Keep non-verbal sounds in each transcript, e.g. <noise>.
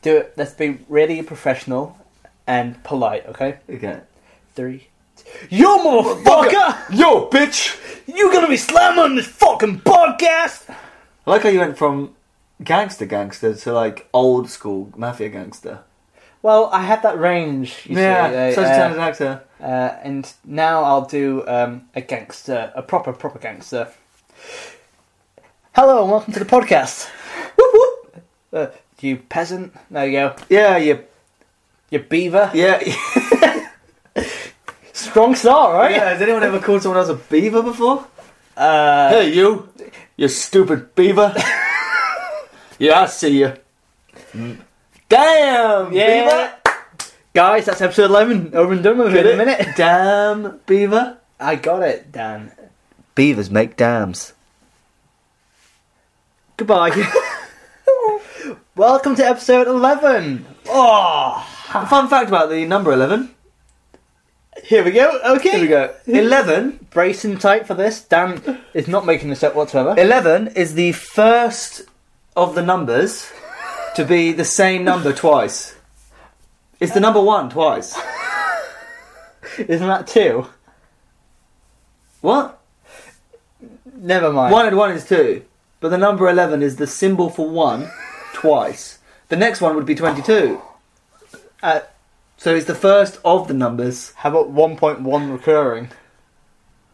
Do it. Let's be really professional and polite, okay? Okay. Three. two- Yo, motherfucker! Yo, bitch! You're gonna be slammed on this fucking podcast! I like how you went from gangster gangster to like old school mafia gangster. Well, I had that range, you see. I, yeah, such a uh, talented actor. uh, and now I'll do um, a gangster, a proper, proper gangster. Hello and welcome to the podcast. whoop whoop! Uh, you peasant. There you go. Yeah, yeah, You beaver. yeah. Strong start, right? yeah. Has anyone ever called someone else a beaver before? Uh, Hey, you! You stupid beaver! yeah, I see you. Um, Damn, Yeah. Guys, that's episode 11. Over and done with beaver! in a minute. Damn, beaver! I got it, Dan. Beavers make dams. Goodbye. Welcome to episode 11. Oh, A fun fact about the number 11. here we go. Okay. Here we go. 11 Bracing tight for this. Dan is not making this up whatsoever. 11 is the first of the numbers to be the same number twice. It's the number one twice. <laughs> Isn't that two? What? Never mind. One and one is two. But the number 11 is the symbol for <laughs> one twice. The next one would be 22. Uh, So it's the first of the numbers. how about 1.1 recurring?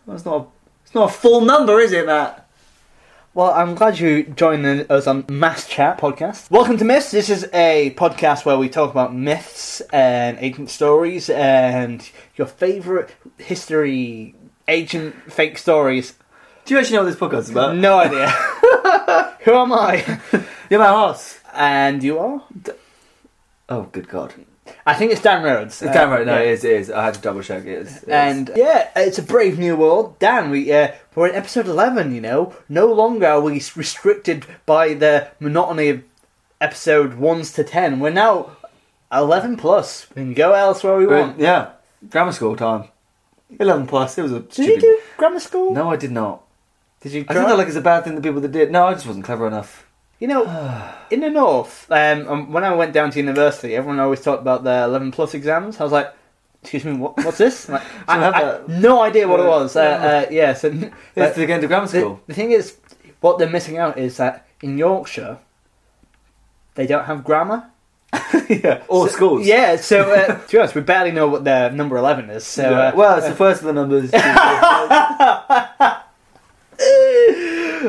Well, it's, not a, it's not a full number, is it, Matt? Well, I'm glad you joined in- us on Mass Chat podcast. Welcome to Myths. This is a podcast where we talk about myths and ancient stories and your favourite history, ancient fake stories. Do you actually know what this podcast is about? No idea. <laughs> Who am I? You're Matt Hoss. And you are? Oh, good God. I think it's Dan Rhodes. It's Uh, damn right. No, yeah. it is. It is. I had to double check. It is. It is. And yeah, it's a brave new world, Dan. We uh, we're in episode eleven. You know, no longer are we restricted by the monotony of episode ones to ten. We're now eleven plus. We can go elsewhere we Right, want. Yeah, grammar school time. Eleven plus. It was a Did stupid. you do grammar school? No, I did not. Did you? I think drive? that like it's a bad thing. The people that did. No, I just wasn't clever enough. You <sighs> know, in the north, um, um, when I went down to university, everyone always talked about their eleven plus exams. I was like, "Excuse me, what, what's this?" <laughs> Like, I, have I- that? no idea what it Yeah. was. Uh, uh, yeah, so It's to get into grammar the, school. the thing is, what they're missing out is that in Yorkshire, they don't have grammar. yeah, or So- <laughs> schools. Yeah, so <laughs> uh, to be honest, we barely know what their number eleven is. So Yeah. uh, well, it's the first of <laughs> the numbers.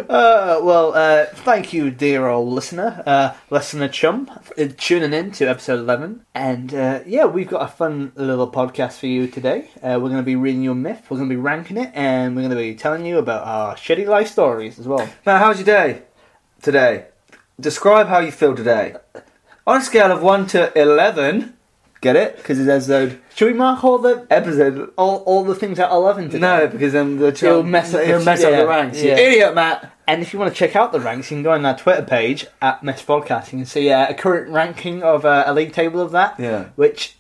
Uh, well, uh, thank you, dear old listener, uh, listener chum, for tuning in to episode 11. And uh, yeah, we've got a fun little podcast for you today. Uh, we're going to be reading your myth, we're going to be ranking it, and we're going to be telling you about our shitty life stories as well. Matt, how's your day today? Describe how you feel today. On a scale of one to eleven, get it? Because it's episode Should we mark all the episode. all, all the things at 11 today? No, because then the ch- It'll mess up It'll the- mess up yeah, the ranks. You yeah. idiot, Matt. And if you want to check out the ranks, you can go on our Twitter page at Mess Podcast. You can see uh, a current ranking of uh, a league table of that, Yeah. <laughs> which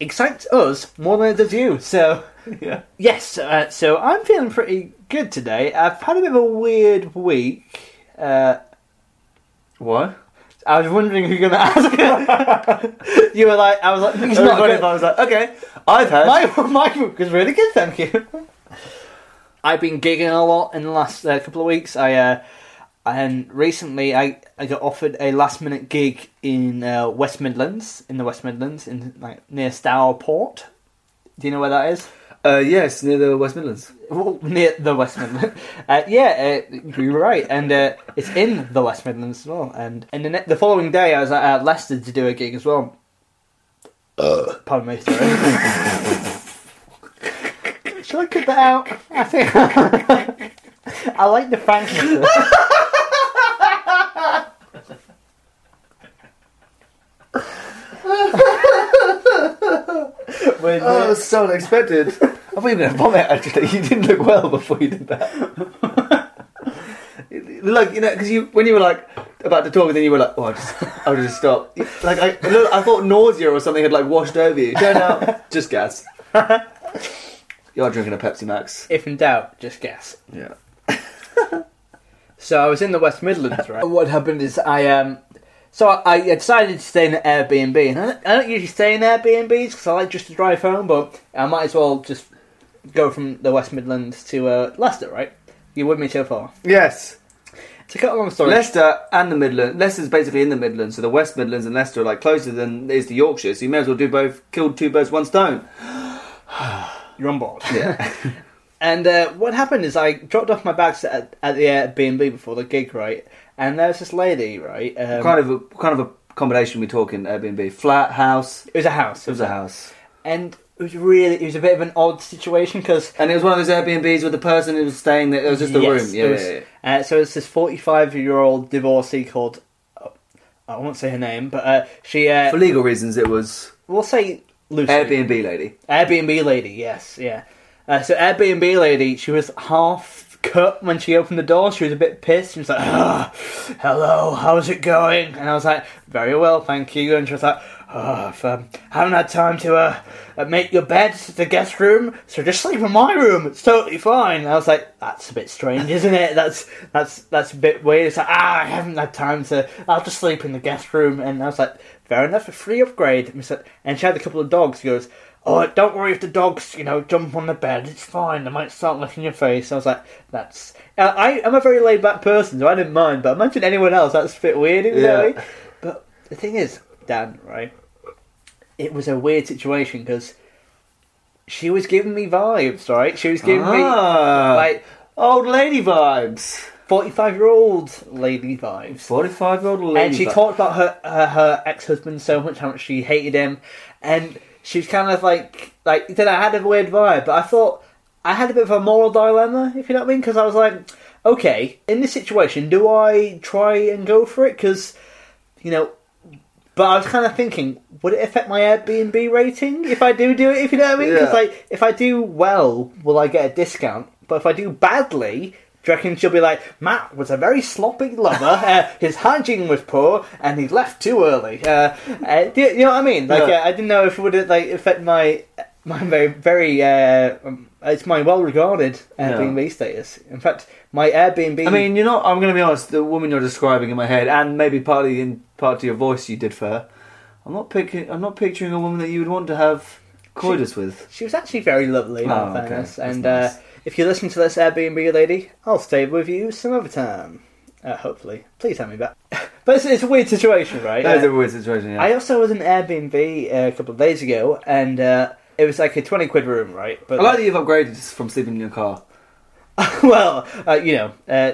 excites us more than it does you. So Yeah. yes, uh, so I'm feeling pretty good today. I've had a bit of a weird week. Uh, What? I was wondering who you're going to <laughs> ask. you were like, I was like, "Oh, he's not Everybody good. I was like, okay, I've had. My, my book was really good, thank you. I've been gigging a lot in the last uh, couple of weeks. I uh, and recently I, I got offered a last minute gig in uh, West Midlands, in the West Midlands, in like near Stourport. Do you know where that is? Uh, yes, near the West Midlands. Well, near the West Midlands. <laughs> Uh, yeah, uh, you're right, and uh, it's in the West Midlands as well. And and the, ne- the following day, I was at uh, Leicester to do a gig as well. Pardon me. Sorry. Shall I cut that out? I think <laughs> I like the frankness. When, Oh, it's so <laughs> unexpected. I thought you were going to vomit, actually. You didn't look well before you did <laughs> that. like you know, because you when you were like about to talk, then you were like, "Oh, I just, I'll just stop." Like I, I look- I thought nausea or something had like washed over you. <laughs> Turn out, just gas. you are drinking a Pepsi Max. if in doubt, just guess. Yeah. So I was in the West Midlands, right? <laughs> what happened is I um, so I, I decided to stay in an Airbnb, and I don't, I don't usually stay in Airbnbs because I like just to drive home, but I might as well just go from the West Midlands to uh, Leicester, right? You with me so far? Yes. To cut a long story, Leicester and the Midlands. Leicester's basically in the Midlands, so the West Midlands and Leicester are like closer than is the Yorkshire. So you may as well do both. Killed two birds, one stone. you're on board. Yeah. <laughs> And uh, what happened is I dropped off my bags at, at the Airbnb before the gig, right? And there was this lady, right? Um, kind of, a, kind of a combination we talk in Airbnb. Flat house. it was a house, It was a house. and it was really it was a bit of an odd situation because And it was one of those Airbnbs where the person who was staying there, it was just a Yes, room. Yeah, it was- yeah, yeah. Uh, so it's this 45 year old divorcee called. uh, I won't say her name, but uh, she. Uh, For legal reasons, it was we'll say Lucy. Airbnb lady. Airbnb lady, yes, yeah. Uh, so Airbnb lady, she was half cut when she opened the door. She was a bit pissed. She was like, "Ah, "Hello, how's it going?" And I was like, "Very well, thank you." And she was like, oh, "I've um, haven't had time to uh, uh, make your bed. It's the guest room, so just sleep in my room. It's totally fine." And I was like, "That's a bit strange, isn't it? That's that's that's a bit weird." It's like, "Ah, I haven't had time to. I'll just sleep in the guest room." And I was like, "Fair enough, a free upgrade." And we said- and she had a couple of dogs. She goes. Oh, don't worry if the dogs, you know, jump on the bed. It's fine. They might start licking your face. I was like, that's. Uh, I am a very laid back person, so I didn't mind. But imagine anyone else. That's a bit weird, isn't Yeah. it? But the thing is, Dan, right? It was a weird situation because she was giving me vibes, right? She was giving Ah, me like old lady vibes. forty-five year old lady vibes. Forty-five year old lady. And she vibes. talked about her her, her ex husband so much, how much she hated him, and she was kind of like like then I had a weird vibe, but I thought I had a bit of a moral dilemma, if you know what I mean, because I was like, okay, in this situation, do I try and go for it? Because you know. But I was kind of thinking, would it affect my Airbnb rating if I do do it? If you know what I mean? Because Yeah. like, if I do well, will I get a discount? But if I do badly, do you reckon she'll be like, Matt was a very sloppy <laughs> lover. uh, his hygiene was poor, and he left too early. Uh, uh, do you, you know what I mean? Like, Yeah. uh, I didn't know if it would like affect my my very very. Uh, um, it's my well-regarded Airbnb status. In fact, my Airbnb. I mean, you're not. I'm going to be honest. The woman you're describing in my head, and maybe partly in part to your voice you did for her. I'm not picking. I'm not picturing a woman that you would want to have coitus with. She was actually very lovely, in all Oh, okay. fairness. That's And nice. uh, if you listen to this Airbnb lady, I'll stay with you some other time. Uh, hopefully. Please have me back. <laughs> but it's, it's a weird situation, right? That is Uh, a weird situation. Yeah. I also was in Airbnb uh, a couple of days ago, and uh, it was like a 20 quid room, right? But I like that you've upgraded from sleeping in your car. <laughs> well, uh, you know, uh,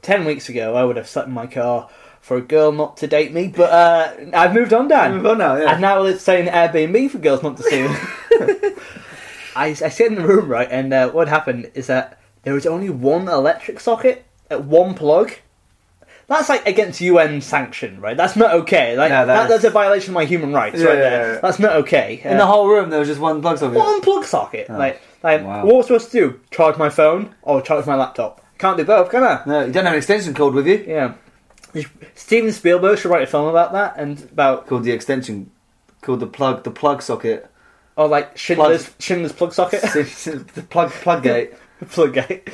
ten weeks ago I would have sat in my car for a girl not to date me, but uh, I've moved on, Dan. <laughs> You've moved on now, yeah. And now it's saying Airbnb for girls not to <laughs> see me. I, I sit in the room, right, and uh, what happened is that there was only one electric socket, uh, one plug. That's like against UN sanction, right? That's not okay. Like No, that that, is- that's a violation of my human rights, Yeah, right yeah, there. yeah. That's not okay. In Uh, the whole room, there was just one plug socket. one plug socket. Like, like Wow. what was I supposed to do? Charge my phone or charge my laptop? Can't do both, can I? No, you don't have an extension cord with you. Yeah. Steven Spielberg should write a film about that and about Called the extension. Called the plug. The <laughs> plug socket. <laughs> or oh, like Schindler's Schindler's plug socket, the plug <laughs> plug gate. pluggate.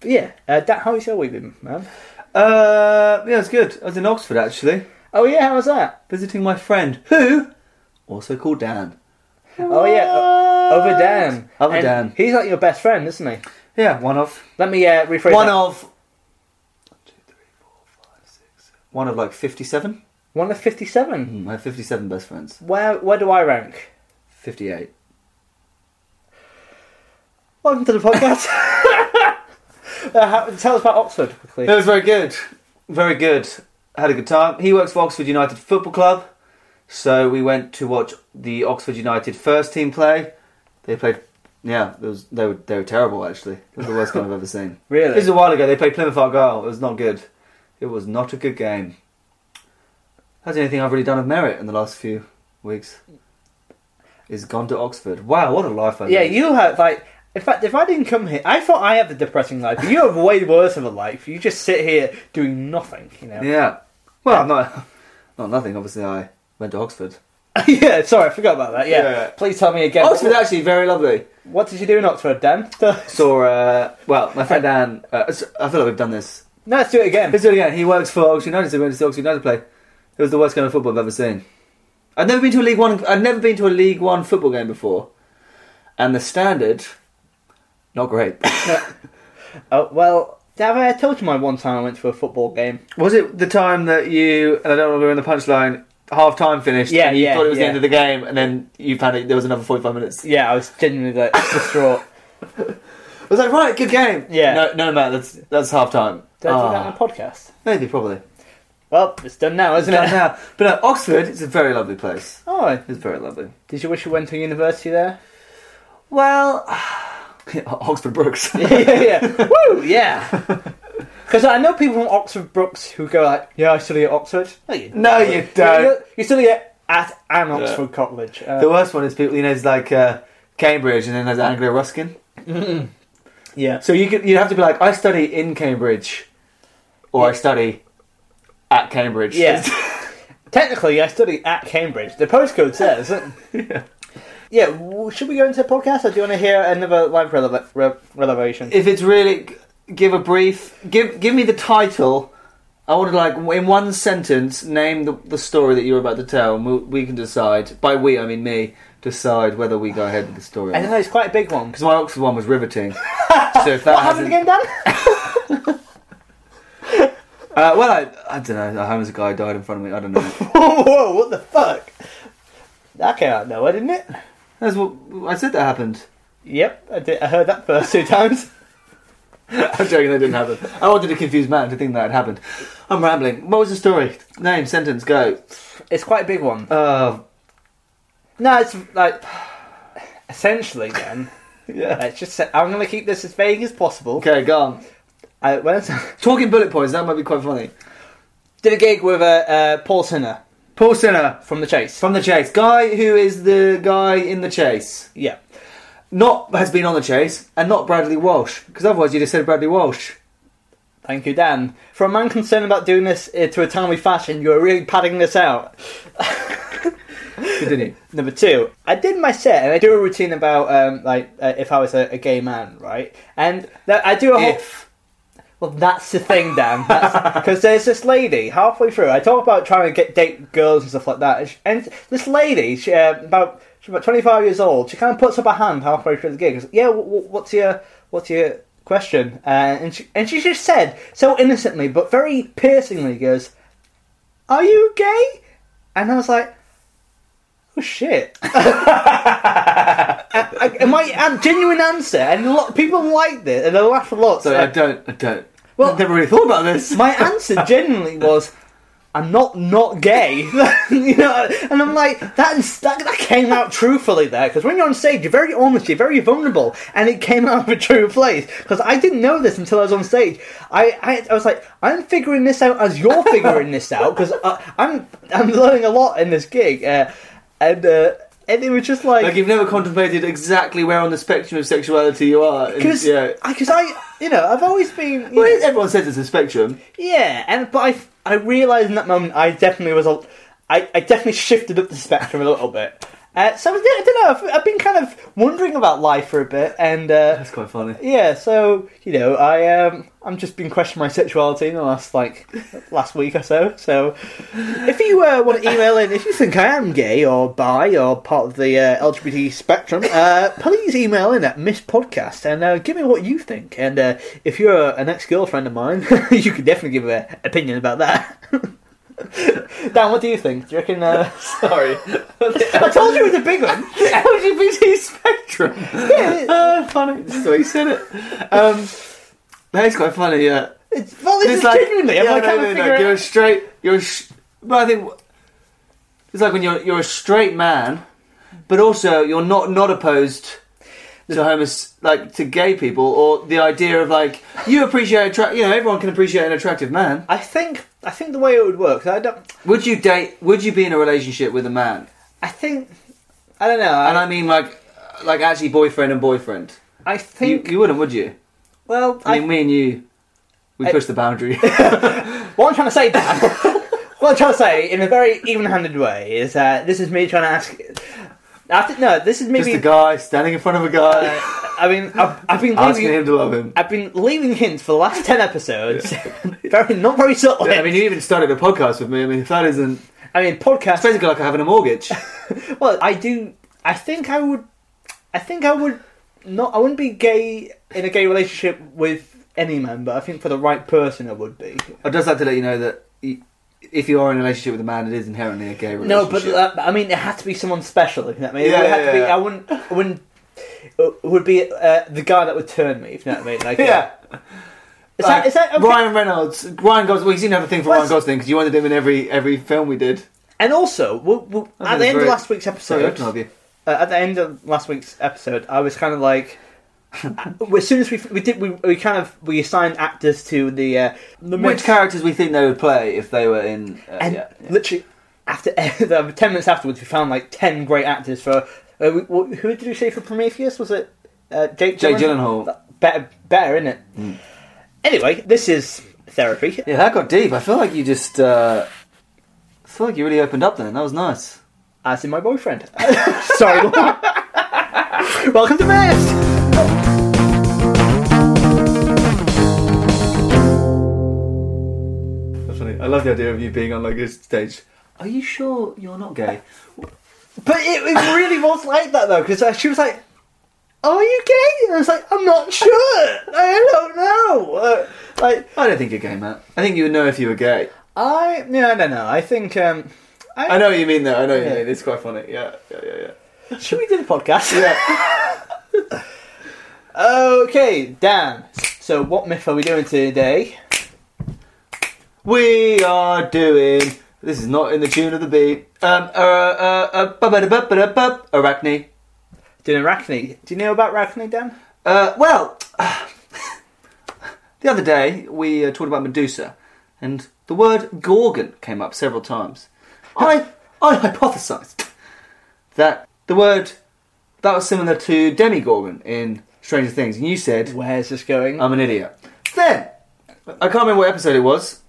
But yeah, uh, that how's your week been, man? Uh, yeah, it's good. I was in Oxford actually, Oh yeah, how was that? visiting my friend who also called Dan. Oh yeah, o- over Dan. Over And Dan. He's like your best friend, isn't he? Yeah, one of Let me uh, rephrase. one that. of. One of like fifty-seven. one of fifty-seven. Hmm, I have fifty-seven best friends. Where where do I rank? Fifty-eight. Welcome to the podcast. <laughs> uh, how, tell us about Oxford quickly. It was very good. Very good. Had a good time. He works for Oxford United Football Club. So we went to watch the Oxford United first team play. They played yeah, it was, they were they were terrible actually. It was the worst game I've ever seen. <laughs> Really? This is a while ago. They played Plymouth Argyle. It was not good. It was not a good game. That's the only thing I've really done of merit in the last few weeks. is gone to Oxford. Wow, what a life I Yeah, lead. you have like. In fact, if I didn't come here, I thought I had the depressing life. You have way worse of a life. You just sit here doing nothing. You know. Yeah. Well, not <laughs> not nothing. Obviously, I went to Oxford. <laughs> yeah, sorry, I forgot about that. Yeah. Yeah. Please tell me again. Oxford actually very lovely. What did you do in Oxford, Dan? <laughs> Saw uh, well, my friend Dan. Uh, s- I feel like we've done this. no, let's do it again. Let's do it again. He works for Oxford United. So we went to see Oxford United play. It was the worst game of football I've ever seen. I'd never been to a League One. I'd never been to a League One football game before, and the standard, not great. <laughs> Oh, well, have I told you my one time I went to a football game? Was it the time that you and I don't remember in the punchline half time finished? Yeah, and you yeah, Thought it was yeah. the end of the game, and then you found out there was another forty-five minutes. Yeah, I was genuinely like distraught. I was like, right, good game. Yeah. No, no, Matt, that's that's half time. <coughs> Did I do that on a podcast? maybe probably. Ah. Well, it's done now, isn't Not it? now, but no, Oxford is a very lovely place. <laughs> Oh, It's very lovely. did you wish you went to university there? <laughs> Well, <sighs> Oxford Brooks. yeah, yeah. Woo, yeah. <laughs> Because I know people from Oxford Brooks who go like, "Yeah, I study at Oxford." No, you <laughs> no, <laughs> you don't. You, you study at, at an Oxford college. Uh, The worst one is people. You know, it's like uh, Cambridge, and then there's Anglo Ruskin. yeah. So you could you have to be like, I study in Cambridge, or I study at Cambridge. Yeah. Technically, I study at Cambridge. The postcode says. <laughs> yeah. w should we go into a podcast, or do you want to hear another live releva- re- revelation? if it's really g- give a brief give give me the title i want to like in one sentence name the, the story that you're about to tell and we, we can decide by we i mean me decide whether we go ahead with the story I don't know. It's quite a big one. because my oxford one was <laughs> riveting so if that What happened hasn't- again, Dan? uh, well I, I don't know a homeless guy died in front of me i don't know <laughs> whoa, <laughs> whoa, what the fuck? That came out of nowhere, didn't it? that's what i said that happened <laughs> Yep, I, did, I heard that first two <laughs> times. i'm joking that didn't happen i wanted to confuse matt into thinking that had happened i'm rambling what was the story name sentence go It's quite a big one. uh, No, it's like essentially then. <laughs> yeah Let's just say I'm going to keep this as vague as possible. okay go on I went talking bullet points that might be quite funny <laughs> did a gig with uh, uh, Paul Sinner paul sinner from the Chase. From the chase, guy who is the guy in the chase, yeah, not has been on the chase, and not Bradley Walsh, because otherwise you just said Bradley Walsh. thank you, Dan. For a man concerned about doing this uh, to a timely fashion, you are really padding this out. Continue. Number two, I did my set and I do a routine about um, like uh, if I was a, a gay man, right? And that I do a whole. if Well, that's the thing, Dan. Because there's this lady halfway through. I talk about trying to get date girls and stuff like that, and, sh and this lady, she, uh, about she's about 25 years old. She kind of puts up her hand halfway through the gig. Goes, yeah, w- w- what's your what's your question? Uh, and she and she just said so innocently but very piercingly goes, "Are you gay?" And I was like. Oh shit! <laughs> I, I, and my uh, genuine answer, and a lot people like this, and they laugh a lot. so, so- I don't, I don't. Well- Well, I've never really thought <laughs> about this. my answer genuinely was I'm not not gay, <laughs> you know, and I'm like that. Is, that, that came out truthfully there because when you're on stage, you're very honest, you're very vulnerable, and it came out of a true place. Because I didn't know this until I was on stage. I, I, I was like, I'm figuring this out as you're figuring this out because I'm I'm learning a lot in this gig, uh, and uh, and it was just like you've never contemplated exactly where on the spectrum of sexuality you are. and- because yeah. because I you know I've always been you Well, know- everyone says it's a spectrum. Yeah, and but I I realised in that moment I definitely was a, I, I definitely shifted up the spectrum a little bit. Uh, so yeah, I don't know. I've, I've been kind of wondering about life for a bit, and uh, That's quite funny. yeah, so you know, I um, I'm just been questioning my sexuality in the last like last week or so. So if you uh, want to email in, if you think I am gay or bi or part of the uh, LGBT spectrum, uh, please email in at Miss Podcast and uh, give me what you think. And uh, if you're an ex girlfriend of mine, <laughs> you can definitely give an opinion about that. <laughs> Dan, what do you think? Do you reckon? Uh... <laughs> Sorry. <laughs> I told you it was a big <laughs> one. <laughs> LGBT spectrum. Yeah. Ah, funny. That's the way you said it. Um, that is quite funny. Yeah. It's, well, this It's is genuinely. I'm yeah, like, no, trying no, to no, figure it You're out. a straight. You're. A sh- but I think it's like when you're you're a straight man, but also you're not not opposed to homos like to gay people or the idea of like you appreciate attract. You know, everyone can appreciate an attractive man. I think I think the way it would work. I don't. Would you date? Would you be in a relationship with a man? I think I don't know. And I, I mean, like, like actually boyfriend and boyfriend. I You, think. you wouldn't, would you? well, I I, mean, me and you, we I- pushed the <laughs> boundary. what I'm trying to say, <laughs> Dan. what I'm trying to say in a very even-handed way is that this is me trying to ask. I think no. This is me. Just a being- guy standing in front of a uh, <laughs> guy, I mean, I've, I've been asking leaving, him to love him. I've been leaving hints for the last ten episodes. <laughs> very not very subtle. <laughs> I mean, you even started a podcast with me. I mean, if that isn't, it's I mean, podcast. basically like having a mortgage. <laughs> Well, I do. I think I would. I think I would not. I wouldn't be gay in a gay relationship with any man, but I think for the right person, I would be. I'd just like to let you know that you, if you are in a relationship with a man, it is inherently a gay No, relationship. but uh, I mean, it had to be someone special. If you know what I mean, Yeah, it would have yeah, to be. yeah. I wouldn't. I wouldn't. It would be uh, the guy that would turn me. If you know what I mean. Like, uh, yeah. Is that, is that okay? Ryan Reynolds? Ryan Gosling. Well, you seem to have a thing for Well, Ryan Gosling because you wanted him in every every film we did. And also, we'll, we'll, think at the it's end of very- last week's Sorry, I episode, can argue. uh, at the end of last week's episode, I was kind of like, <laughs> as soon as we we did we, we kind of we assigned actors to the uh, the Which mix. characters we think they would play if they were in? Uh, and yeah, yeah. literally after <laughs> ten minutes afterwards, we found like ten great actors for. Uh, we, wh- who did we say for Prometheus? Was it uh, Jake? Gyllenhaal? Jake Gyllenhaal. Hmm. Better, better, isn't it? Anyway, this is therapy. Yeah, that got deep. I feel like you just. Uh, I feel like you really opened up then. That was nice. As in my boyfriend. <laughs> Sorry. Welcome to Mess. That's funny. I love the idea of you being on like this stage. Are you sure you're not gay? But it, it really was like that though, because she was like, "Are you gay?" And I was like, "I'm not sure. I don't know." Uh, like I don't think you're gay, Matt. I think you would know if you were gay. I, no, no, no. I think. Um, I know what you mean, though. I know what you Yeah. mean. It's quite funny. Yeah, yeah, yeah, yeah. Should we do the <laughs> podcast? Yeah. Okay, Dan. So, what myth are we doing today? we are doing. This is not in the tune of the beat. Um, uh, uh, uh, ba-ba-da-ba-ba-da-ba, arachne. Doing arachne. Do you know about arachne, Dan? Uh, well, <sighs> the other day we uh, talked about Medusa, and the word gorgon came up several times. I I hypothesised that the word that was similar to demigorgon in Stranger Things, and you said Where's this going? I'm an idiot. Then I can't remember what episode it was.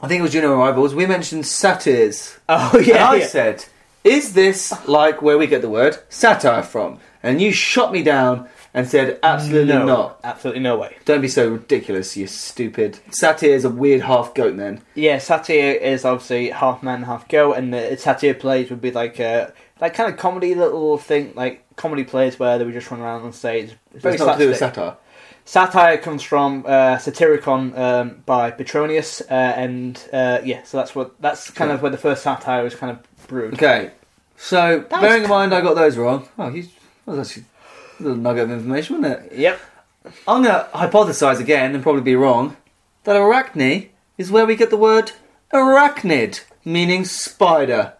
I think it was Junior Rivals. We mentioned satyrs. oh yeah. And I yeah. said, Is this like where we get the word satire from? And you shot me down and said, Absolutely no, not. Absolutely no way. Don't be so ridiculous, you stupid. Satire is a weird half goat then. Yeah, satire is obviously half man, half girl, and the satire plays would be like uh, like kind of comedy little thing, like comedy plays where they would just run around on stage. Very It's not to do with slapstick. satire. satire comes from uh, Satyricon um, by Petronius, uh, and uh, yeah, so that's what that's kind of where the first satire was kind of brewed. Okay. So was bearing in cool. mind I got those wrong. Oh you that was actually a little nugget of information, wasn't it? Yep. I'm gonna hypothesize again and probably be wrong, that arachne is where we get the word arachnid, meaning spider.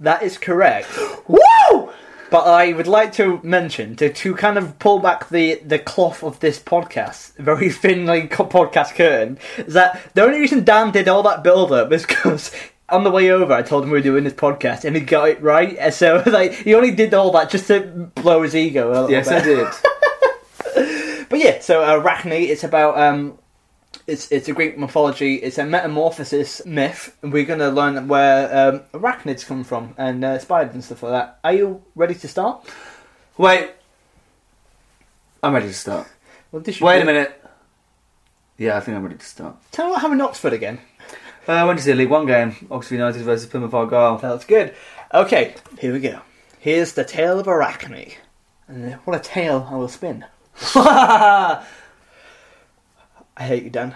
That is correct. Woo! But I would like to mention to, to kind of pull back the, the cloth of this podcast, very <laughs> thinly co- podcast curtain, is that the only reason Dan did all that build up is because on the way over I told him we were doing this podcast and he got it right. And So <laughs> like he only did all that just to blow his ego a little Yes, bit. I did. But yeah, so Arachne, it's about um, it's it's a Greek mythology. It's a metamorphosis myth. and We're gonna learn where um, arachnids come from and uh, spiders and stuff like that. Are you ready to start? Wait. I'm ready to start. Well, this should Wait be- a minute. Yeah, I think I'm ready to start. Tell me what happened in Oxford again. Uh, I went to see a League One game Oxford United versus Plymouth Argyle. That's good. Okay, here we go. Here's the tale of Arachne. And uh, what a tale I will spin. <laughs> I hate you, Dan.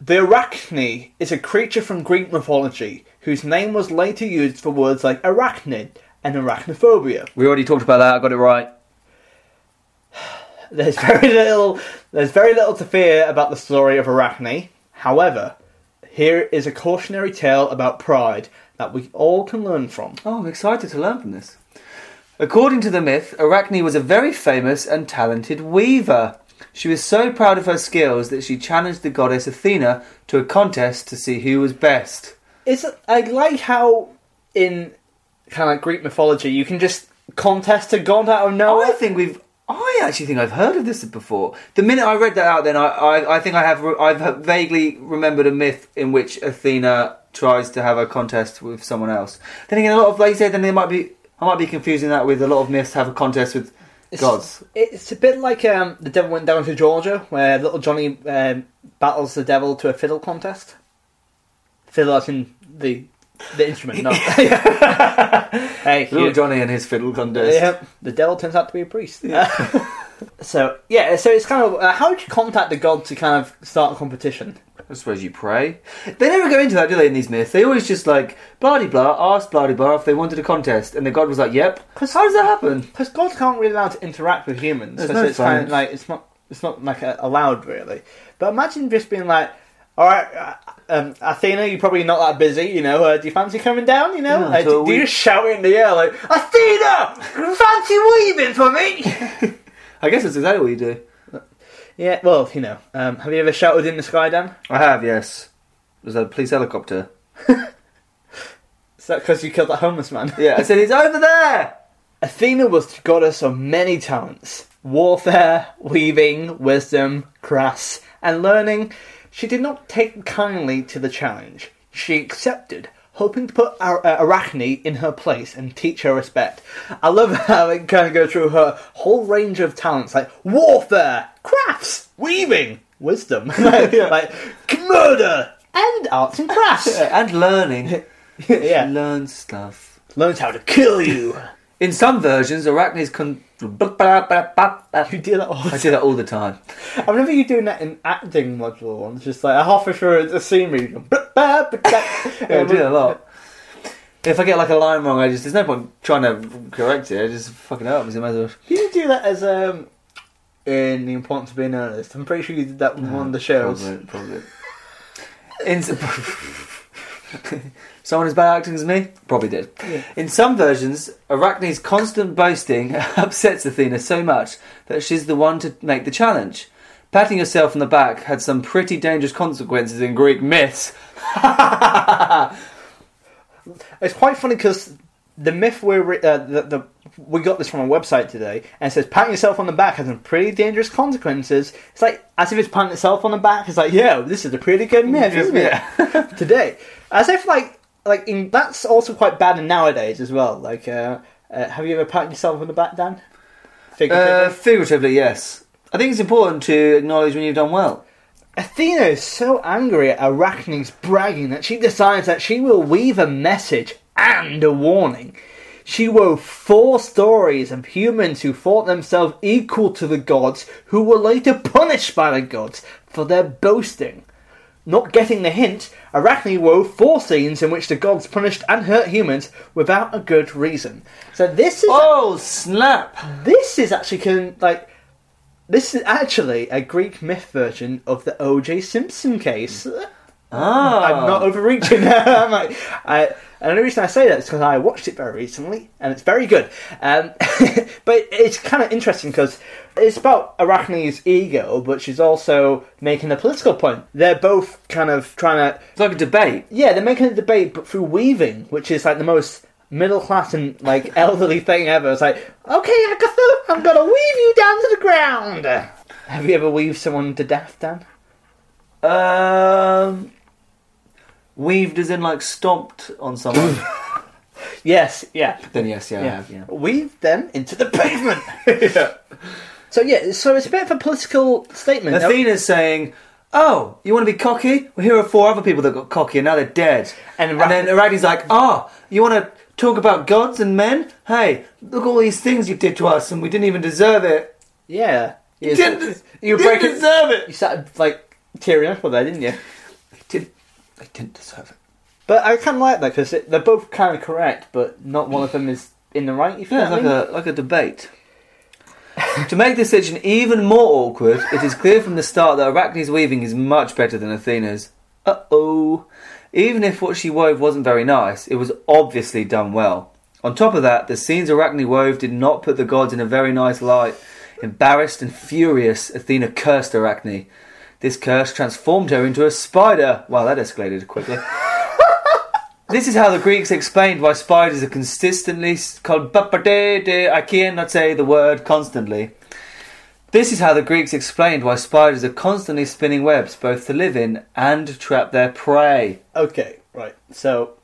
The Arachne is a creature from Greek mythology whose name was later used for words like arachnid and arachnophobia. We already talked about that, I got it right. There's very little there's very little to fear about the story of Arachne. However, here is a cautionary tale about pride that we all can learn from. Oh, I'm excited to learn from this. According to the myth, Arachne was a very famous and talented weaver. She was so proud of her skills that she challenged the goddess Athena to a contest to see who was best. It's I like how in kind of like Greek mythology you can just contest had gone out of Oh, I nowhere. think we've. I actually think I've heard of this before. The minute I read that out, then I, I, I think I have. re- I've vaguely remembered a myth in which Athena tries to have a contest with someone else. Then again, a lot of like you said, then they might be. I might be confusing that with a lot of myths have a contest with It's- gods. It's a bit like um, the devil went down to Georgia, where little Johnny um, battles the devil to a fiddle contest. Fiddle as in the the instrument, <laughs> not. <laughs> hey, Little you- Johnny and his fiddle contest. Yep. The devil turns out to be a priest. <laughs> so yeah, so it's kind of uh, how would you contact the god to kind of start a competition? I suppose you pray. They never go into that, do they? In these myths, they always just like blah de blah asked blah de blah if they wanted a contest, and the god was like, "Yep." How does that happen? Because gods can't really allowed to interact with humans, There's so no it's kind of phones. like it's not it's not like uh, allowed really. But imagine just being like, all right. Uh, um, Athena, you're probably not that busy, you know. Uh, do you fancy coming down? You know, Yeah, Uh, so do, do we- you just shout it in the air like, "Athena, fancy weaving for me"? I guess that's exactly what you do. <laughs> yeah, well, you know, um, have you ever shouted in the sky, Dan? I have, yes. It was a police helicopter. Is that because you killed that homeless man? Yeah, I said he's over there. Athena was the goddess of many talents warfare, weaving, wisdom, crafts, and learning. She did not take kindly to the challenge. She accepted, hoping to put Ar- uh, Arachne in her place and teach her respect. I love how it kind of goes through her whole range of talents like warfare, crafts, weaving, wisdom, <laughs> like, like murder, and arts and crafts. And <laughs> learning. <laughs> Yeah. She learns stuff. Learns how to kill you. In some versions, Arachne's con. You I do that all the do that all the time. I remember you doing that in acting module once, just like halfway through the scene read. <laughs> Yeah, I do that a lot. If I get like a line wrong, I just there's no point trying to correct it. I just fucking up. As a matter of You do that as um in the importance of being earnest. I'm pretty sure you did that on one of the shows. probably, probably. <laughs> In <laughs> someone as bad acting as me probably did. Yeah. In some versions, Arachne's constant boasting <laughs> upsets Athena so much that she's the one to make the challenge. Patting herself on the back had some pretty dangerous consequences in Greek myths. It's quite funny because the myth we're re- uh, the, the we got this from a website today, and it says patting yourself on the back has some pretty dangerous consequences. It's like as if it's patting itself on the back. It's like, yeah, this is a pretty good myth, isn't it? <laughs> today. As if like like in, that's also quite bad in nowadays as well. Like, uh, uh, have you ever patted yourself on the back, Dan? Uh, Figuratively. figuratively, yes. I think it's important to acknowledge when you've done well. Athena is so angry at Arachne's bragging that she decides that she will weave a message and a warning. She wove four stories of humans who thought themselves equal to the gods, who were later punished by the gods for their boasting. Not getting the hint, Arachne wove four scenes in which the gods punished and hurt humans without a good reason. So this is Oh snap! this is actually can like this is actually a Greek myth version of the O.J. Simpson case. Ah, I'm not overreaching. <laughs> I'm like, I, and the only reason I say that is because I watched it very recently, and it's very good. Um, <laughs> but it's kind of interesting because it's about Arachne's ego, but she's also making a political point. They're both kind of trying to, it's like a debate. yeah, they're making a debate, but through weaving, which is like the most middle class and like <laughs> elderly thing ever. It's like, okay, Agatha, I'm gonna weave you down to the ground. Have you ever weaved someone to death, Dan? Um, weaved as in like stomped on someone. Yes, yeah. then yes, yeah, I yeah. have, yeah. Weave them into the <laughs> pavement. <laughs> So yeah, so it's a bit of a political statement. Athena's saying, "Oh, you want to be cocky? Well, here are four other people that got cocky, and now they're dead." And And, Ra- then Arachne's like, "Oh, you want to talk about gods and men? Hey, look at all these things you did to us, and we didn't even deserve it. yeah, you, Didn't, you didn't break it. deserve You it. started like tearing up with that, didn't you? Didn't, they didn't deserve it." But I kind of like that because they're both kind of correct, but not one of them is in the right. You feel Yeah, what I like mean? a like a debate. to make this situation even more awkward, it is clear from the start that Arachne's weaving is much better than Athena's. Uh oh. Even if what she wove wasn't very nice, it was obviously done well. On top of that, the scenes Arachne wove did not put the gods in a very nice light. Embarrassed and furious, Athena cursed Arachne. This curse transformed her into a spider. Wow, that escalated quickly. This is how the Greeks explained why spiders are consistently s- called bapade. I cannot say the word constantly. This is how the Greeks explained why spiders are constantly spinning webs, both to live in and trap their prey. Okay, right. So,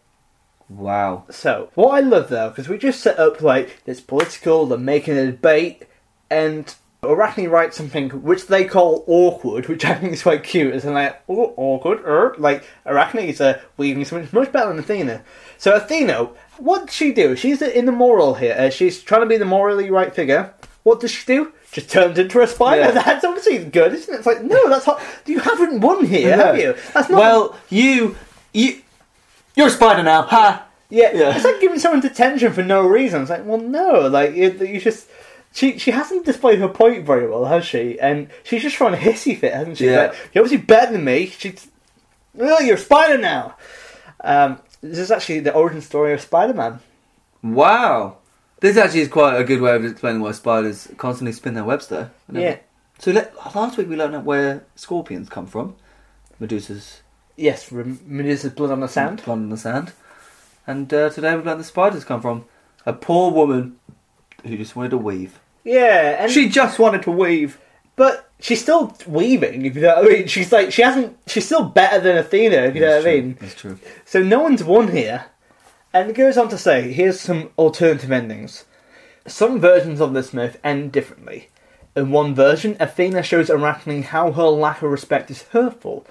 Wow. so what I love though, because we just set up like it's political, they're making a debate, and Arachne writes something which they call awkward, which I think is quite cute. It's like oh, awkward, er. like Arachne is uh, weaving something much better than Athena. So Athena, what does she do? She's in the moral here. Uh, she's trying to be the morally right figure. What does she do? Just turns into a spider. Yeah. That's obviously good, isn't it? It's like no, that's hot. You haven't won here, have you? That's not Well, you, you, you're a spider now. Ha. Yeah, Yeah. it's like giving someone detention for no reason. It's like, well, no, like you, you just she she hasn't displayed her point very well, has she? And she's just trying to hissy fit, hasn't she? Yeah. Like, you're obviously better than me. She's oh, you're a spider now. Um, this is actually the origin story of Spider-Man. Wow. This actually is quite a good way of explaining why spiders constantly spin their webs, though. I never- Yeah. So let, last week we learned where scorpions come from. Medusa's Yes, from Medusa's blood on the sand. blood in the sand. And uh, today we've learned the spiders come from a poor woman who just wanted to weave. Yeah, and She just wanted to weave. but she's still weaving. If you know what I mean, she's like she hasn't. She's still better than Athena. If you know That's what I true. mean. That's true. So no one's won here. And it goes on to say, here's some alternative endings. Some versions of this myth end differently. In one version, Athena shows Arachne how her lack of respect is hurtful.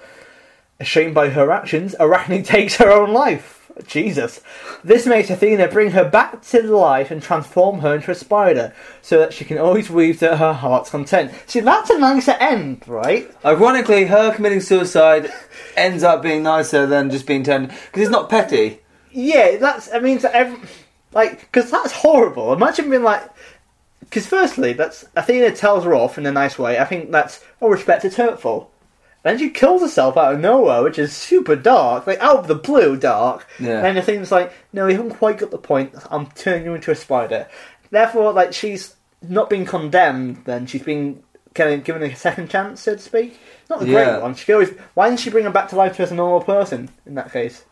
Ashamed by her actions, Arachne <laughs> takes her own life. Jesus. This makes Athena bring her back to life and transform her into a spider, so that she can always weave to her heart's content. See, that's a nicer end, right? Ironically, her committing suicide ends up being nicer than just being turned because it's not petty. Yeah, that's. I mean, to ev- like, because that's horrible. Imagine being like, because firstly, that's Athena tells her off in a nice way. I think that's all respect. It's hurtful. Then she kills herself out of nowhere, which is super dark, like out of the blue dark. Yeah. And Athena's like, no, you haven't quite got the point. I'm turning you into a spider. Therefore, like, she's not being condemned. Then she's being given given a second chance, so to speak. Not a Yeah. great one. She always. Why didn't she bring her back to life as a normal person in that case?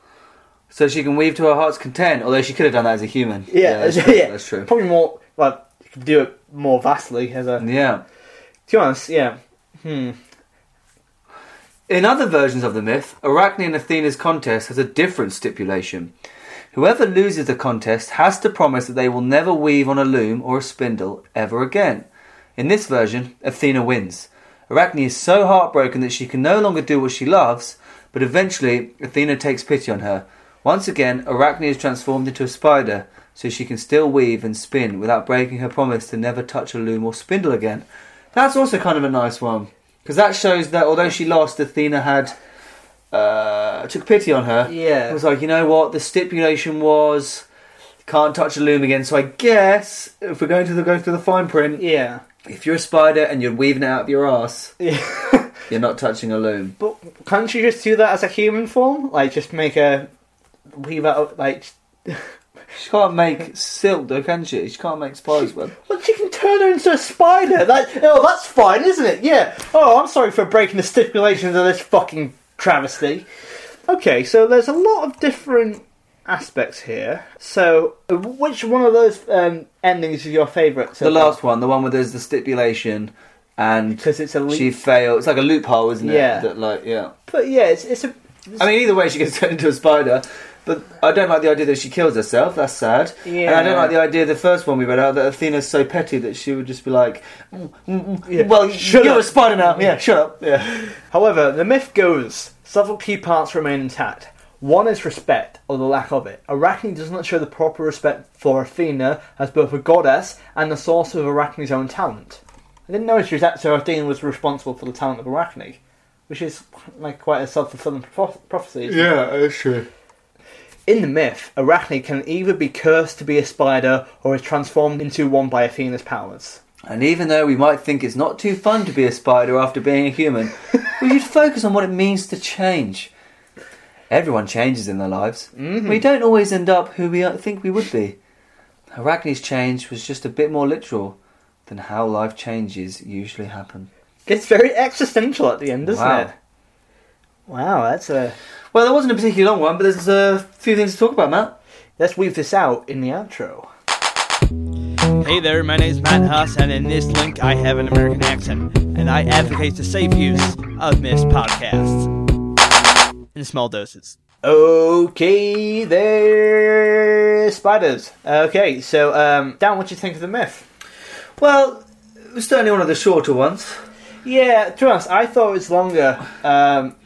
So she can weave to her heart's content, although she could have done that as a human. Yeah, <laughs> <laughs> that's, yeah, true. that's true. Probably more like you could do it more vastly as a. Yeah. To be honest, yeah. Hmm. In other versions of the myth, Arachne and Athena's contest has a different stipulation. Whoever loses the contest has to promise that they will never weave on a loom or a spindle ever again. In this version, Athena wins. Arachne is so heartbroken that she can no longer do what she loves, but eventually Athena takes pity on her. Once again, Arachne is transformed into a spider, so she can still weave and spin without breaking her promise to never touch a loom or spindle again. That's also kind of a nice one, because that shows that although she lost, Athena had uh, took pity on her. Yeah. It was like, you know what? The stipulation was can't touch a loom again. So I guess if we're going to the, go through the fine print, Yeah. if you're a spider and you're weaving it out of your ass, Yeah. <laughs> you're not touching a loom. but can't you just do that as a human form? Like, just make a. Leave out, like. She can't make silk though, can she? She can't make <laughs> spider's web. Well, she can turn her into a spider! That, oh, that's fine, isn't it? Yeah. Oh, I'm sorry for breaking the stipulations of this fucking travesty. Okay, so there's a lot of different aspects here. So, which one of those um, endings is your favourite? so The far? last one, the one where there's the stipulation and Because it's a leap. she failed. It's like a loophole, isn't it? Yeah. That, like, yeah. But yeah, it's, it's a. I mean, either way, she gets turned into a spider. But I don't like the idea that she kills herself. That's sad. And I don't Yeah. like the idea the first one we read out that Athena's so petty that she would just be like, "Mm, mm, mm, Yeah. "Well, Shut you're up." a spider now. Yeah, shut up." Yeah. However, the myth goes several key parts remain intact. One is respect, or the lack of it. Arachne does not show the proper respect for Athena as both a goddess and the source of Arachne's own talent. I didn't know she was actually Athena was responsible for the talent of Arachne, which is like quite a self-fulfilling proph- prophecy. isn't it? that's true. In the myth, Arachne can either be cursed to be a spider or is transformed into one by Athena's powers. And even though we might think it's not too fun to be a spider after being a human, we should focus on what it means to change. Everyone changes in their lives. We don't always end up who we think we would be. Arachne's change was just a bit more literal than how life changes usually happen. It's very existential at the end, isn't Wow. it? Wow, that's a Well, there wasn't a particularly long one, but there's a few things to talk about, Matt. Let's weave this out in the outro. Hey there, my name is Matt Huss, and in this link, I have an American accent, and I advocate the safe use of missed podcasts in small doses. Okay, there, spiders. Okay, so um, Dan, what do you think of the myth? Well, it was certainly one of the shorter ones. Yeah, to be honest, I thought it was longer. Um,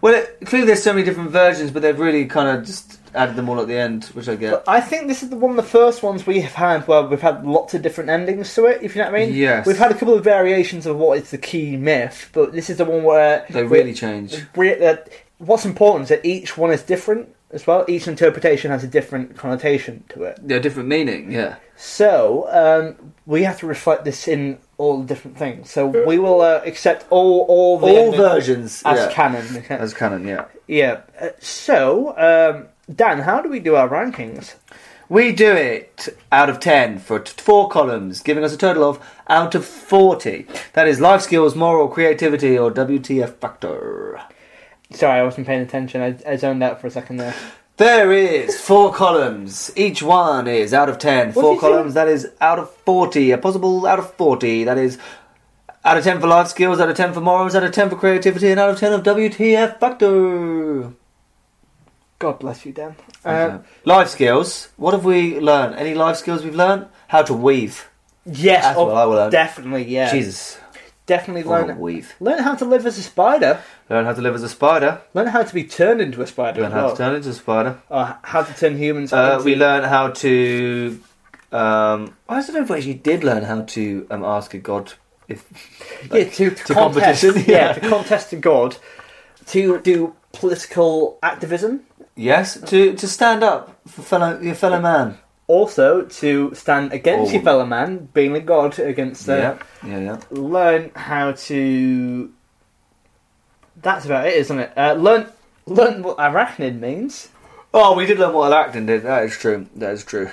Well, it, clearly there's so many different versions, but they've really kind of just added them all at the end, which I get. but I think this is the one of the first ones we have had where we've had lots of different endings to it. If you know what I mean? Yes. We've had a couple of variations of what is the key myth, but this is the one where They we- really change. we- that what's important is that each one is different as well. Each interpretation has a different connotation to it. They're different meaning, yeah. So um, we have to reflect this in all the different things. So we will uh, accept all all the All endings versions. as yeah. canon. As canon, yeah. yeah. Uh, so um, Dan, how do we do our rankings? We do it out of 10 for t- four columns, giving us a total of out of 40. That is life skills, moral, creativity, or WTF factor. Sorry, I wasn't paying attention. I, I zoned out for a second there. There is four columns. Each one is out of 10. did four you columns, that is out of 40. A possible out of 40. That is out of 10 for life skills, out of 10 for morals, out of 10 for creativity, and out of 10 of WTF Uh, factor. God bless you, Dan. Okay. Uh, life skills. What have we learned? Any life skills we've learned? How to weave. yes, That's oh, what I will learn. definitely. Yeah, Jesus. Oh. definitely Learn learn weave. learn how to live as a spider. Learn how to live as a spider. Learn how to be turned into a spider. Learn as how well. to turn into a spider. Or how to turn humans. Uh, into- we learn how to. Um, I don't know if we actually did learn how to um, ask a god if. yeah, to, contest, to competition, Yeah. yeah. to contest to God, to do political activism, Yes, to, to stand up for fellow your fellow man. also to stand against Oh. your fellow man, being a god against. Uh, yeah, yeah, yeah. Learn how to. That's about it, isn't it? Uh, learn learn what arachnid means. Oh, we did learn what Alactin did. That is true. That is true.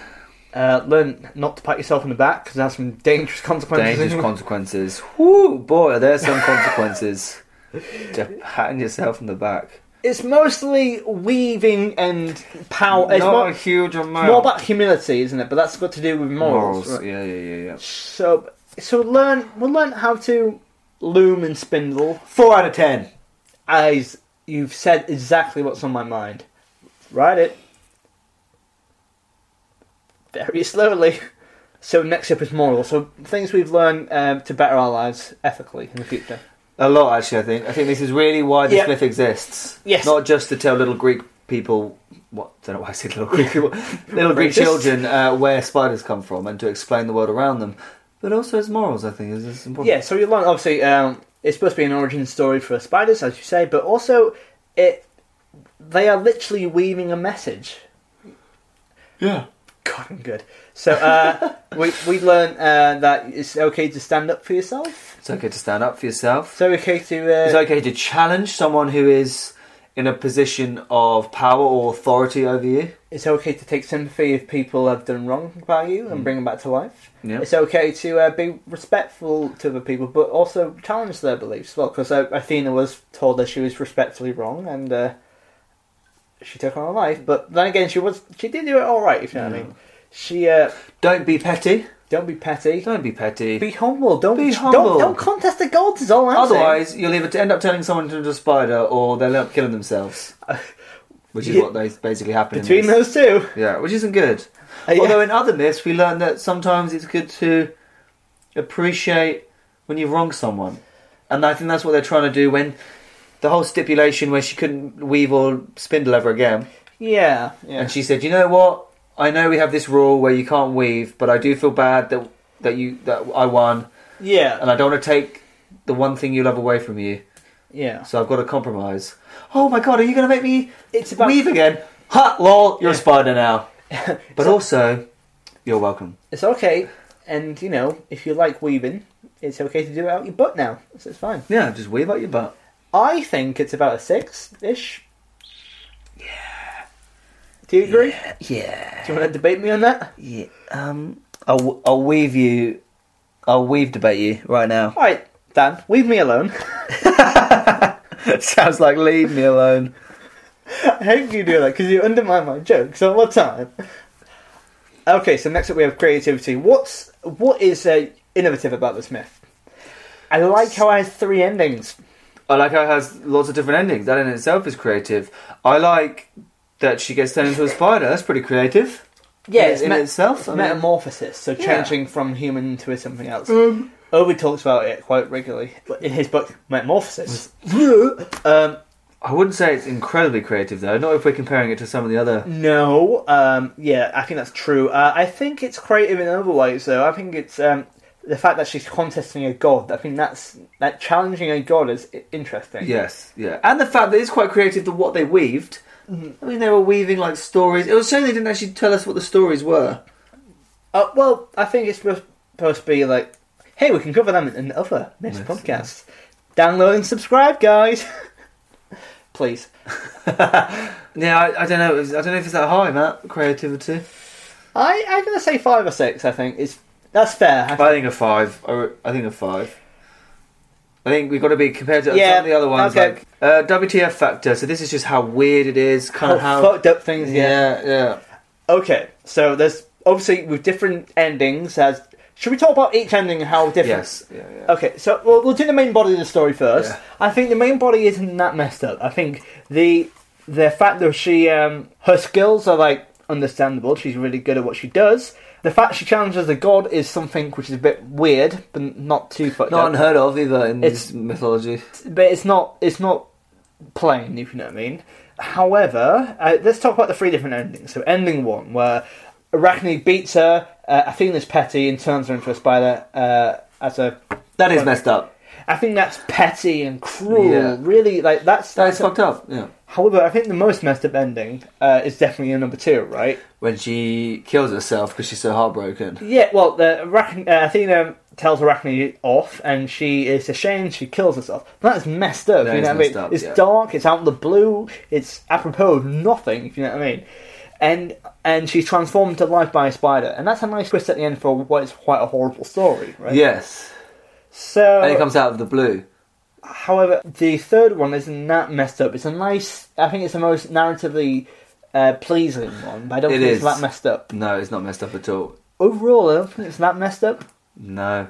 Uh, learn not to pat yourself on the back because that's some dangerous <laughs> consequences. Dangerous consequences. Whoo, boy, are there some <laughs> consequences. to patting yourself in the back. it's mostly weaving and power. It's Not more, a huge amount. more about humility, isn't it? But that's got to do with morals. right? Yeah, yeah, yeah, yeah. So, so learn. We'll learn how to loom and spindle. Four out of ten. As you've said exactly what's on my mind. Write it very <laughs> slowly. So next up is moral. So things we've learned um, to better our lives ethically in the future. A lot, actually. I think. I think this is really why this Yeah. myth exists. Yes. Not just to tell little Greek people. What I don't know why I said little <laughs> Greek people. little Greek Racist. children uh, where spiders come from and to explain the world around them, but also as morals. I think is, is important. Yeah. So you learn obviously um, it's supposed to be an origin story for spiders, as you say, but also it they are literally weaving a message. <laughs> Yeah. God, I'm good. So uh, we we learn uh, that it's okay to stand up for yourself. It's okay to stand up for yourself. It's okay to. Uh, It's okay to challenge someone who is in a position of power or authority over you. it's okay to take sympathy if people have done wrong by you and bring them back to life. Mm. Yeah. It's okay to uh, be respectful to other people, but also challenge their beliefs. Well, because uh, Athena was told that she was respectfully wrong and uh, she took on her life. But then again, she was she did do it all right. If you know what I mean. She uh, Don't be petty. don't be petty. Don't be petty. Be humble. Don't Be Don't, humble. don't contest the gods. Is all I'm saying. Otherwise, you'll either end up turning someone into a spider, or they'll end up killing <laughs> themselves, which is Yeah. what they basically happened. between in those this. two. yeah, which isn't good. Uh, yeah. Although in other myths, we learn that sometimes it's good to appreciate when you've wronged someone, and I think that's what they're trying to do when the whole stipulation where she couldn't weave or spindle ever again. Yeah, yeah. And she said, "You know what? I know we have this rule where you can't weave, but I do feel bad that that you that I won, yeah, and I don't want to take the one thing you love away from you. yeah. So I've got to compromise. Oh my god, are you going to make me It's about weave again? Ha! Lol, you're Yeah. a spider <laughs> now. But So- also, you're welcome. it's okay, and you know if you like weaving, it's okay to do it out your butt now. So it's fine. Yeah, just weave out your butt. I think it's about a six ish. Yeah. Do you agree? Yeah, Do you want to debate me on that? yeah. Um, I'll I'll weave you. I'll weave debate you right now. <laughs> All right, Dan, leave me alone. Sounds like leave me alone. <laughs> I hate when you do that because you undermine my jokes all the time. Okay, so next up we have creativity. What's what is uh, innovative about this myth? I like how I has three endings. I like how it has lots of different endings. That in itself is creative. I like that she gets turned into a spider. That's pretty creative. Yeah, in, in met- itself. I mean, metamorphosis, so Yeah. changing from human to something else. Ovid talks about it quite regularly in his book Metamorphosis. <laughs> um, I wouldn't say it's incredibly creative though. Not if we're comparing it to some of the other. No, um, yeah, I think that's true. Uh, I think it's creative in other ways, though. I think it's um, the fact that she's contesting a god. I think that's that challenging a god is i- interesting. Yes, yeah, and the fact that it's quite creative to what they weaved. Mm-hmm. I mean, they were weaving like stories. It was shame they didn't actually tell us what the stories were. Uh, well, I think it's supposed supposed to be like, hey, we can cover them in another next Yes, podcast. Download and subscribe, guys. <laughs> Please. Yeah, I, I don't know. It was- I don't know if it's that high, Matt. Creativity. I I'm gonna say five or six. I think it's that's fair. I I think a five. I, re- I think a five. I think we've got to be compared to Yeah, some of the other ones. okay. Like uh, WTF factor. So this is just how weird it is. Kind how, of how. fucked up things. Oh, yeah. yeah, yeah. Okay, so there's obviously with different endings. As should we talk about each ending and how different? Uh, Yes. Yeah, yeah. Okay, so we'll, we'll do the main body of the story first. Yeah. I think the main body isn't that messed up. I think the the fact that she um, her skills are like understandable. She's really good at what she does. The fact she challenges the god is something which is a bit weird, but not too fucked Not up. unheard of either in It's- this mythology. but it's not it's not plain if you know what I mean. However, uh, let's talk about the three different endings. So ending one, where Arachne beats her, uh, Athena's petty and turns her into a spider. Uh, as a, That is messed up. I think that's petty and cruel. Yeah. Really, like that's. That is fucked up. Yeah. However, I think the most messed up ending uh, is definitely in number two, right? When she kills herself because she's so heartbroken. Yeah, well, the Arachne, uh, Athena tells Arachne off, and she is ashamed. She kills herself. That's messed up. That you is know what I messed mean? up, it's yeah. dark. It's out in the blue. It's apropos of nothing. If you know what I mean. And and she's transformed to life by a spider, and that's a nice twist at the end for what is quite a horrible story, right? Oh. Yes. So, And it comes out of the blue. however, the third one isn't that messed up. It's a nice. I think it's the most narratively uh, pleasing one, but I don't It think is. it's that messed up. No, it's not messed up at all. Overall, I don't think it's that messed up. No.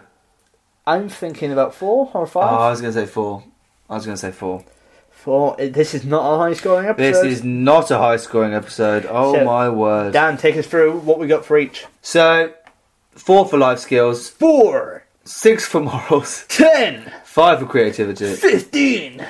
I'm thinking about four or Oh, five. I was going to say four. I was going to say four. Four. This is not a high scoring This episode. is not a high scoring episode. Oh So- my word. Dan, take us through what we got for each. So, four for life skills, Four, six for <laughs> morals, ten, five for creativity, fifteen.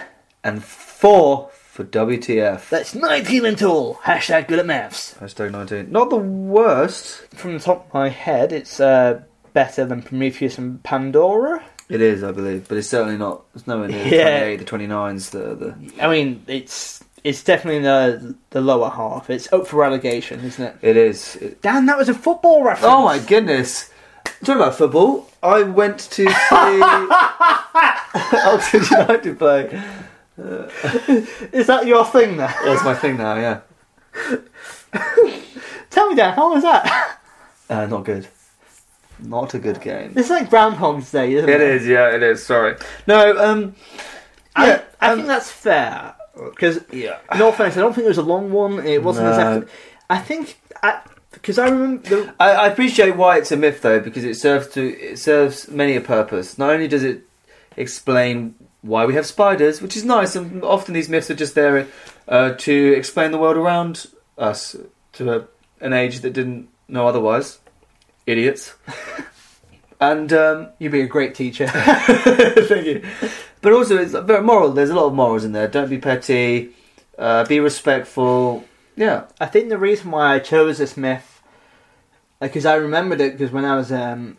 and four for WTF. That's 19 in total. Hashtag good at maths. Hashtag 19. Not the worst. From the top of my head, it's uh, better than Prometheus and Pandora. It is, I believe, but it's certainly not. It's nowhere near the Yeah. 28, the 29s, the, the. I mean, it's it's definitely in the, the lower half. It's up for relegation, isn't it? It is. It- Dan, that was a football reference. Oh my goodness. Talking about football, I went to <laughs> see Oxford United play. Is that your thing now? That's my thing now, yeah. Tell me, Dan, how was that? <laughs> Uh, not good. Not a good game. It's like Groundhog's Day, isn't it? is, yeah, it is. Sorry. No, um, Yeah, I, I um, think that's fair because no offense, I don't think it was a long one. It wasn't No. exactly. I think because I, remember the, I, I appreciate why it's a myth though, because it serves to it serves many a purpose. Not only does it explain why we have spiders, which is nice, and often these myths are just there uh, to explain the world around us to a, an age that didn't know otherwise. Idiots. <laughs> and um, <laughs> you'd be a great teacher. Thank you. But also, it's very moral. There's a lot of morals in there. Don't be petty. Uh, be respectful. Yeah. I think the reason why I chose this myth, because I remembered it because when I was um,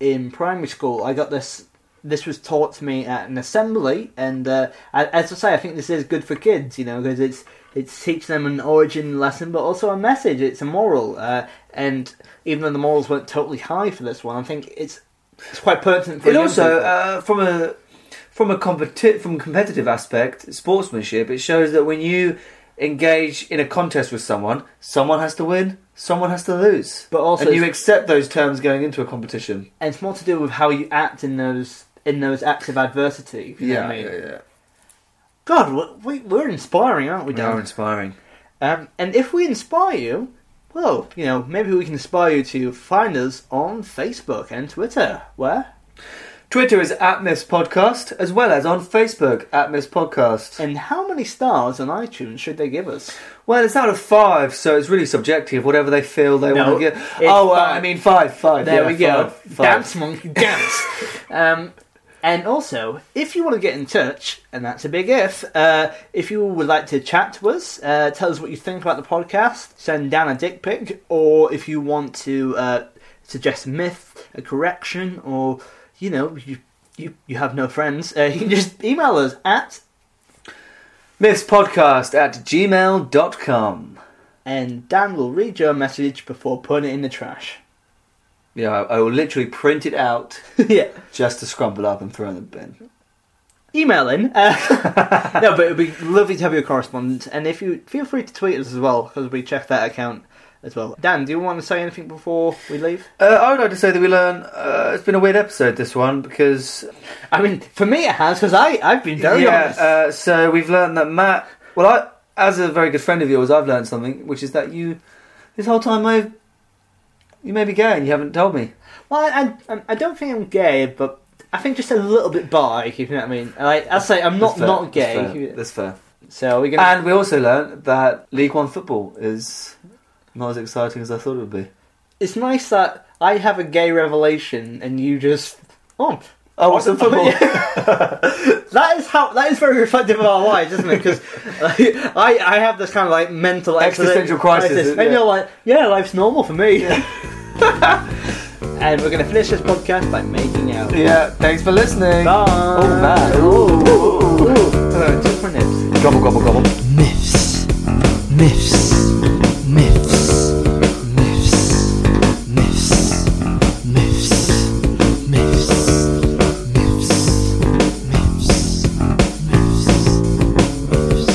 in primary school, I got this. This was taught to me at an assembly, and uh, I- as I say, I think this is good for kids, you know, because it's it's teaching them an origin lesson, but also a message. It's a moral, uh, and even though the morals weren't totally high for this one, I think it's it's quite pertinent. for It young also, people. uh, from a from a competi- from a competitive aspect, sportsmanship. It shows that when you engage in a contest with someone, someone has to win, someone has to lose, but also and you it's, accept those terms going into a competition. and it's more to do with how you act in those in those acts of adversity. if you know what I mean. God, we, we're inspiring, aren't we, We Dan? are inspiring. Um, and if we inspire you, well, you know, maybe we can inspire you to find us on Facebook and Twitter. Where? Twitter is at Miss Podcast, as well as on Facebook at Miss Podcast. And how many stars on iTunes should they give us? Well, it's out of five, so it's really subjective. Whatever they feel they No, want to get. it's Oh, uh, five. I mean five, five. There yeah, we go. five, five. Dance, monkey, dance. um, and also, if you want to get in touch, and that's a big if, uh, if you would like to chat to us, uh, tell us what you think about the podcast, send down a dick pic, or if you want to uh, suggest a myth, a correction, or, you know, you, you, you have no friends, uh, <laughs> you can just email us at Miss Podcast at gmail.com. and Dan will read your message before putting it in the trash. <laughs> Yeah, I, I will literally print it out yeah. just to scrumble up and throw in the bin. emailing. Uh, <laughs> no, but it'd be lovely to have your correspondence, and if you feel free to tweet us as well because we check that account as well. Dan, do you want to say anything before we leave? Uh, I would like to say that we learn. Uh, it's been a weird episode, this one, because I mean, for me it has because I I've been very yeah, honest. Uh, so we've learned that Matt. Well, I, as a very good friend of yours, I've learned something, which is that you, this whole time, I've, you may be gay and you haven't told me. well, I, I I don't think I'm gay, but I think just a little bit bi. If you know what I mean. Like I say, I'm not That's fair, not That's fair. gay. That's fair. So we're gonna. And we also learned that League One football is not as exciting as I thought it would be. it's nice that I have a gay revelation and you just oh. Oh, <laughs> what's the football? that is how that is very reflective of our lives, isn't it? Because <laughs> I I have this kind of like mental Existential crisis, and yeah. you're like, yeah, life's normal for me. <laughs> and we're gonna finish this podcast by making out. yeah. Thanks for listening. Bye. Oh man. Ooh. Hello, just my nips. Gobble gobble gobble. Myths. Myths. Myths. Myths. Myths. Myths. Myths. Myths. Myths. Myths.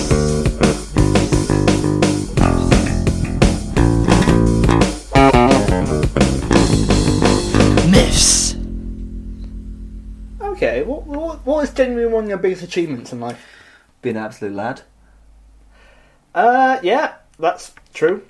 Myths. Okay, what what what is genuinely one of your biggest achievements in life? Be an absolute lad. Uh, yeah, that's true.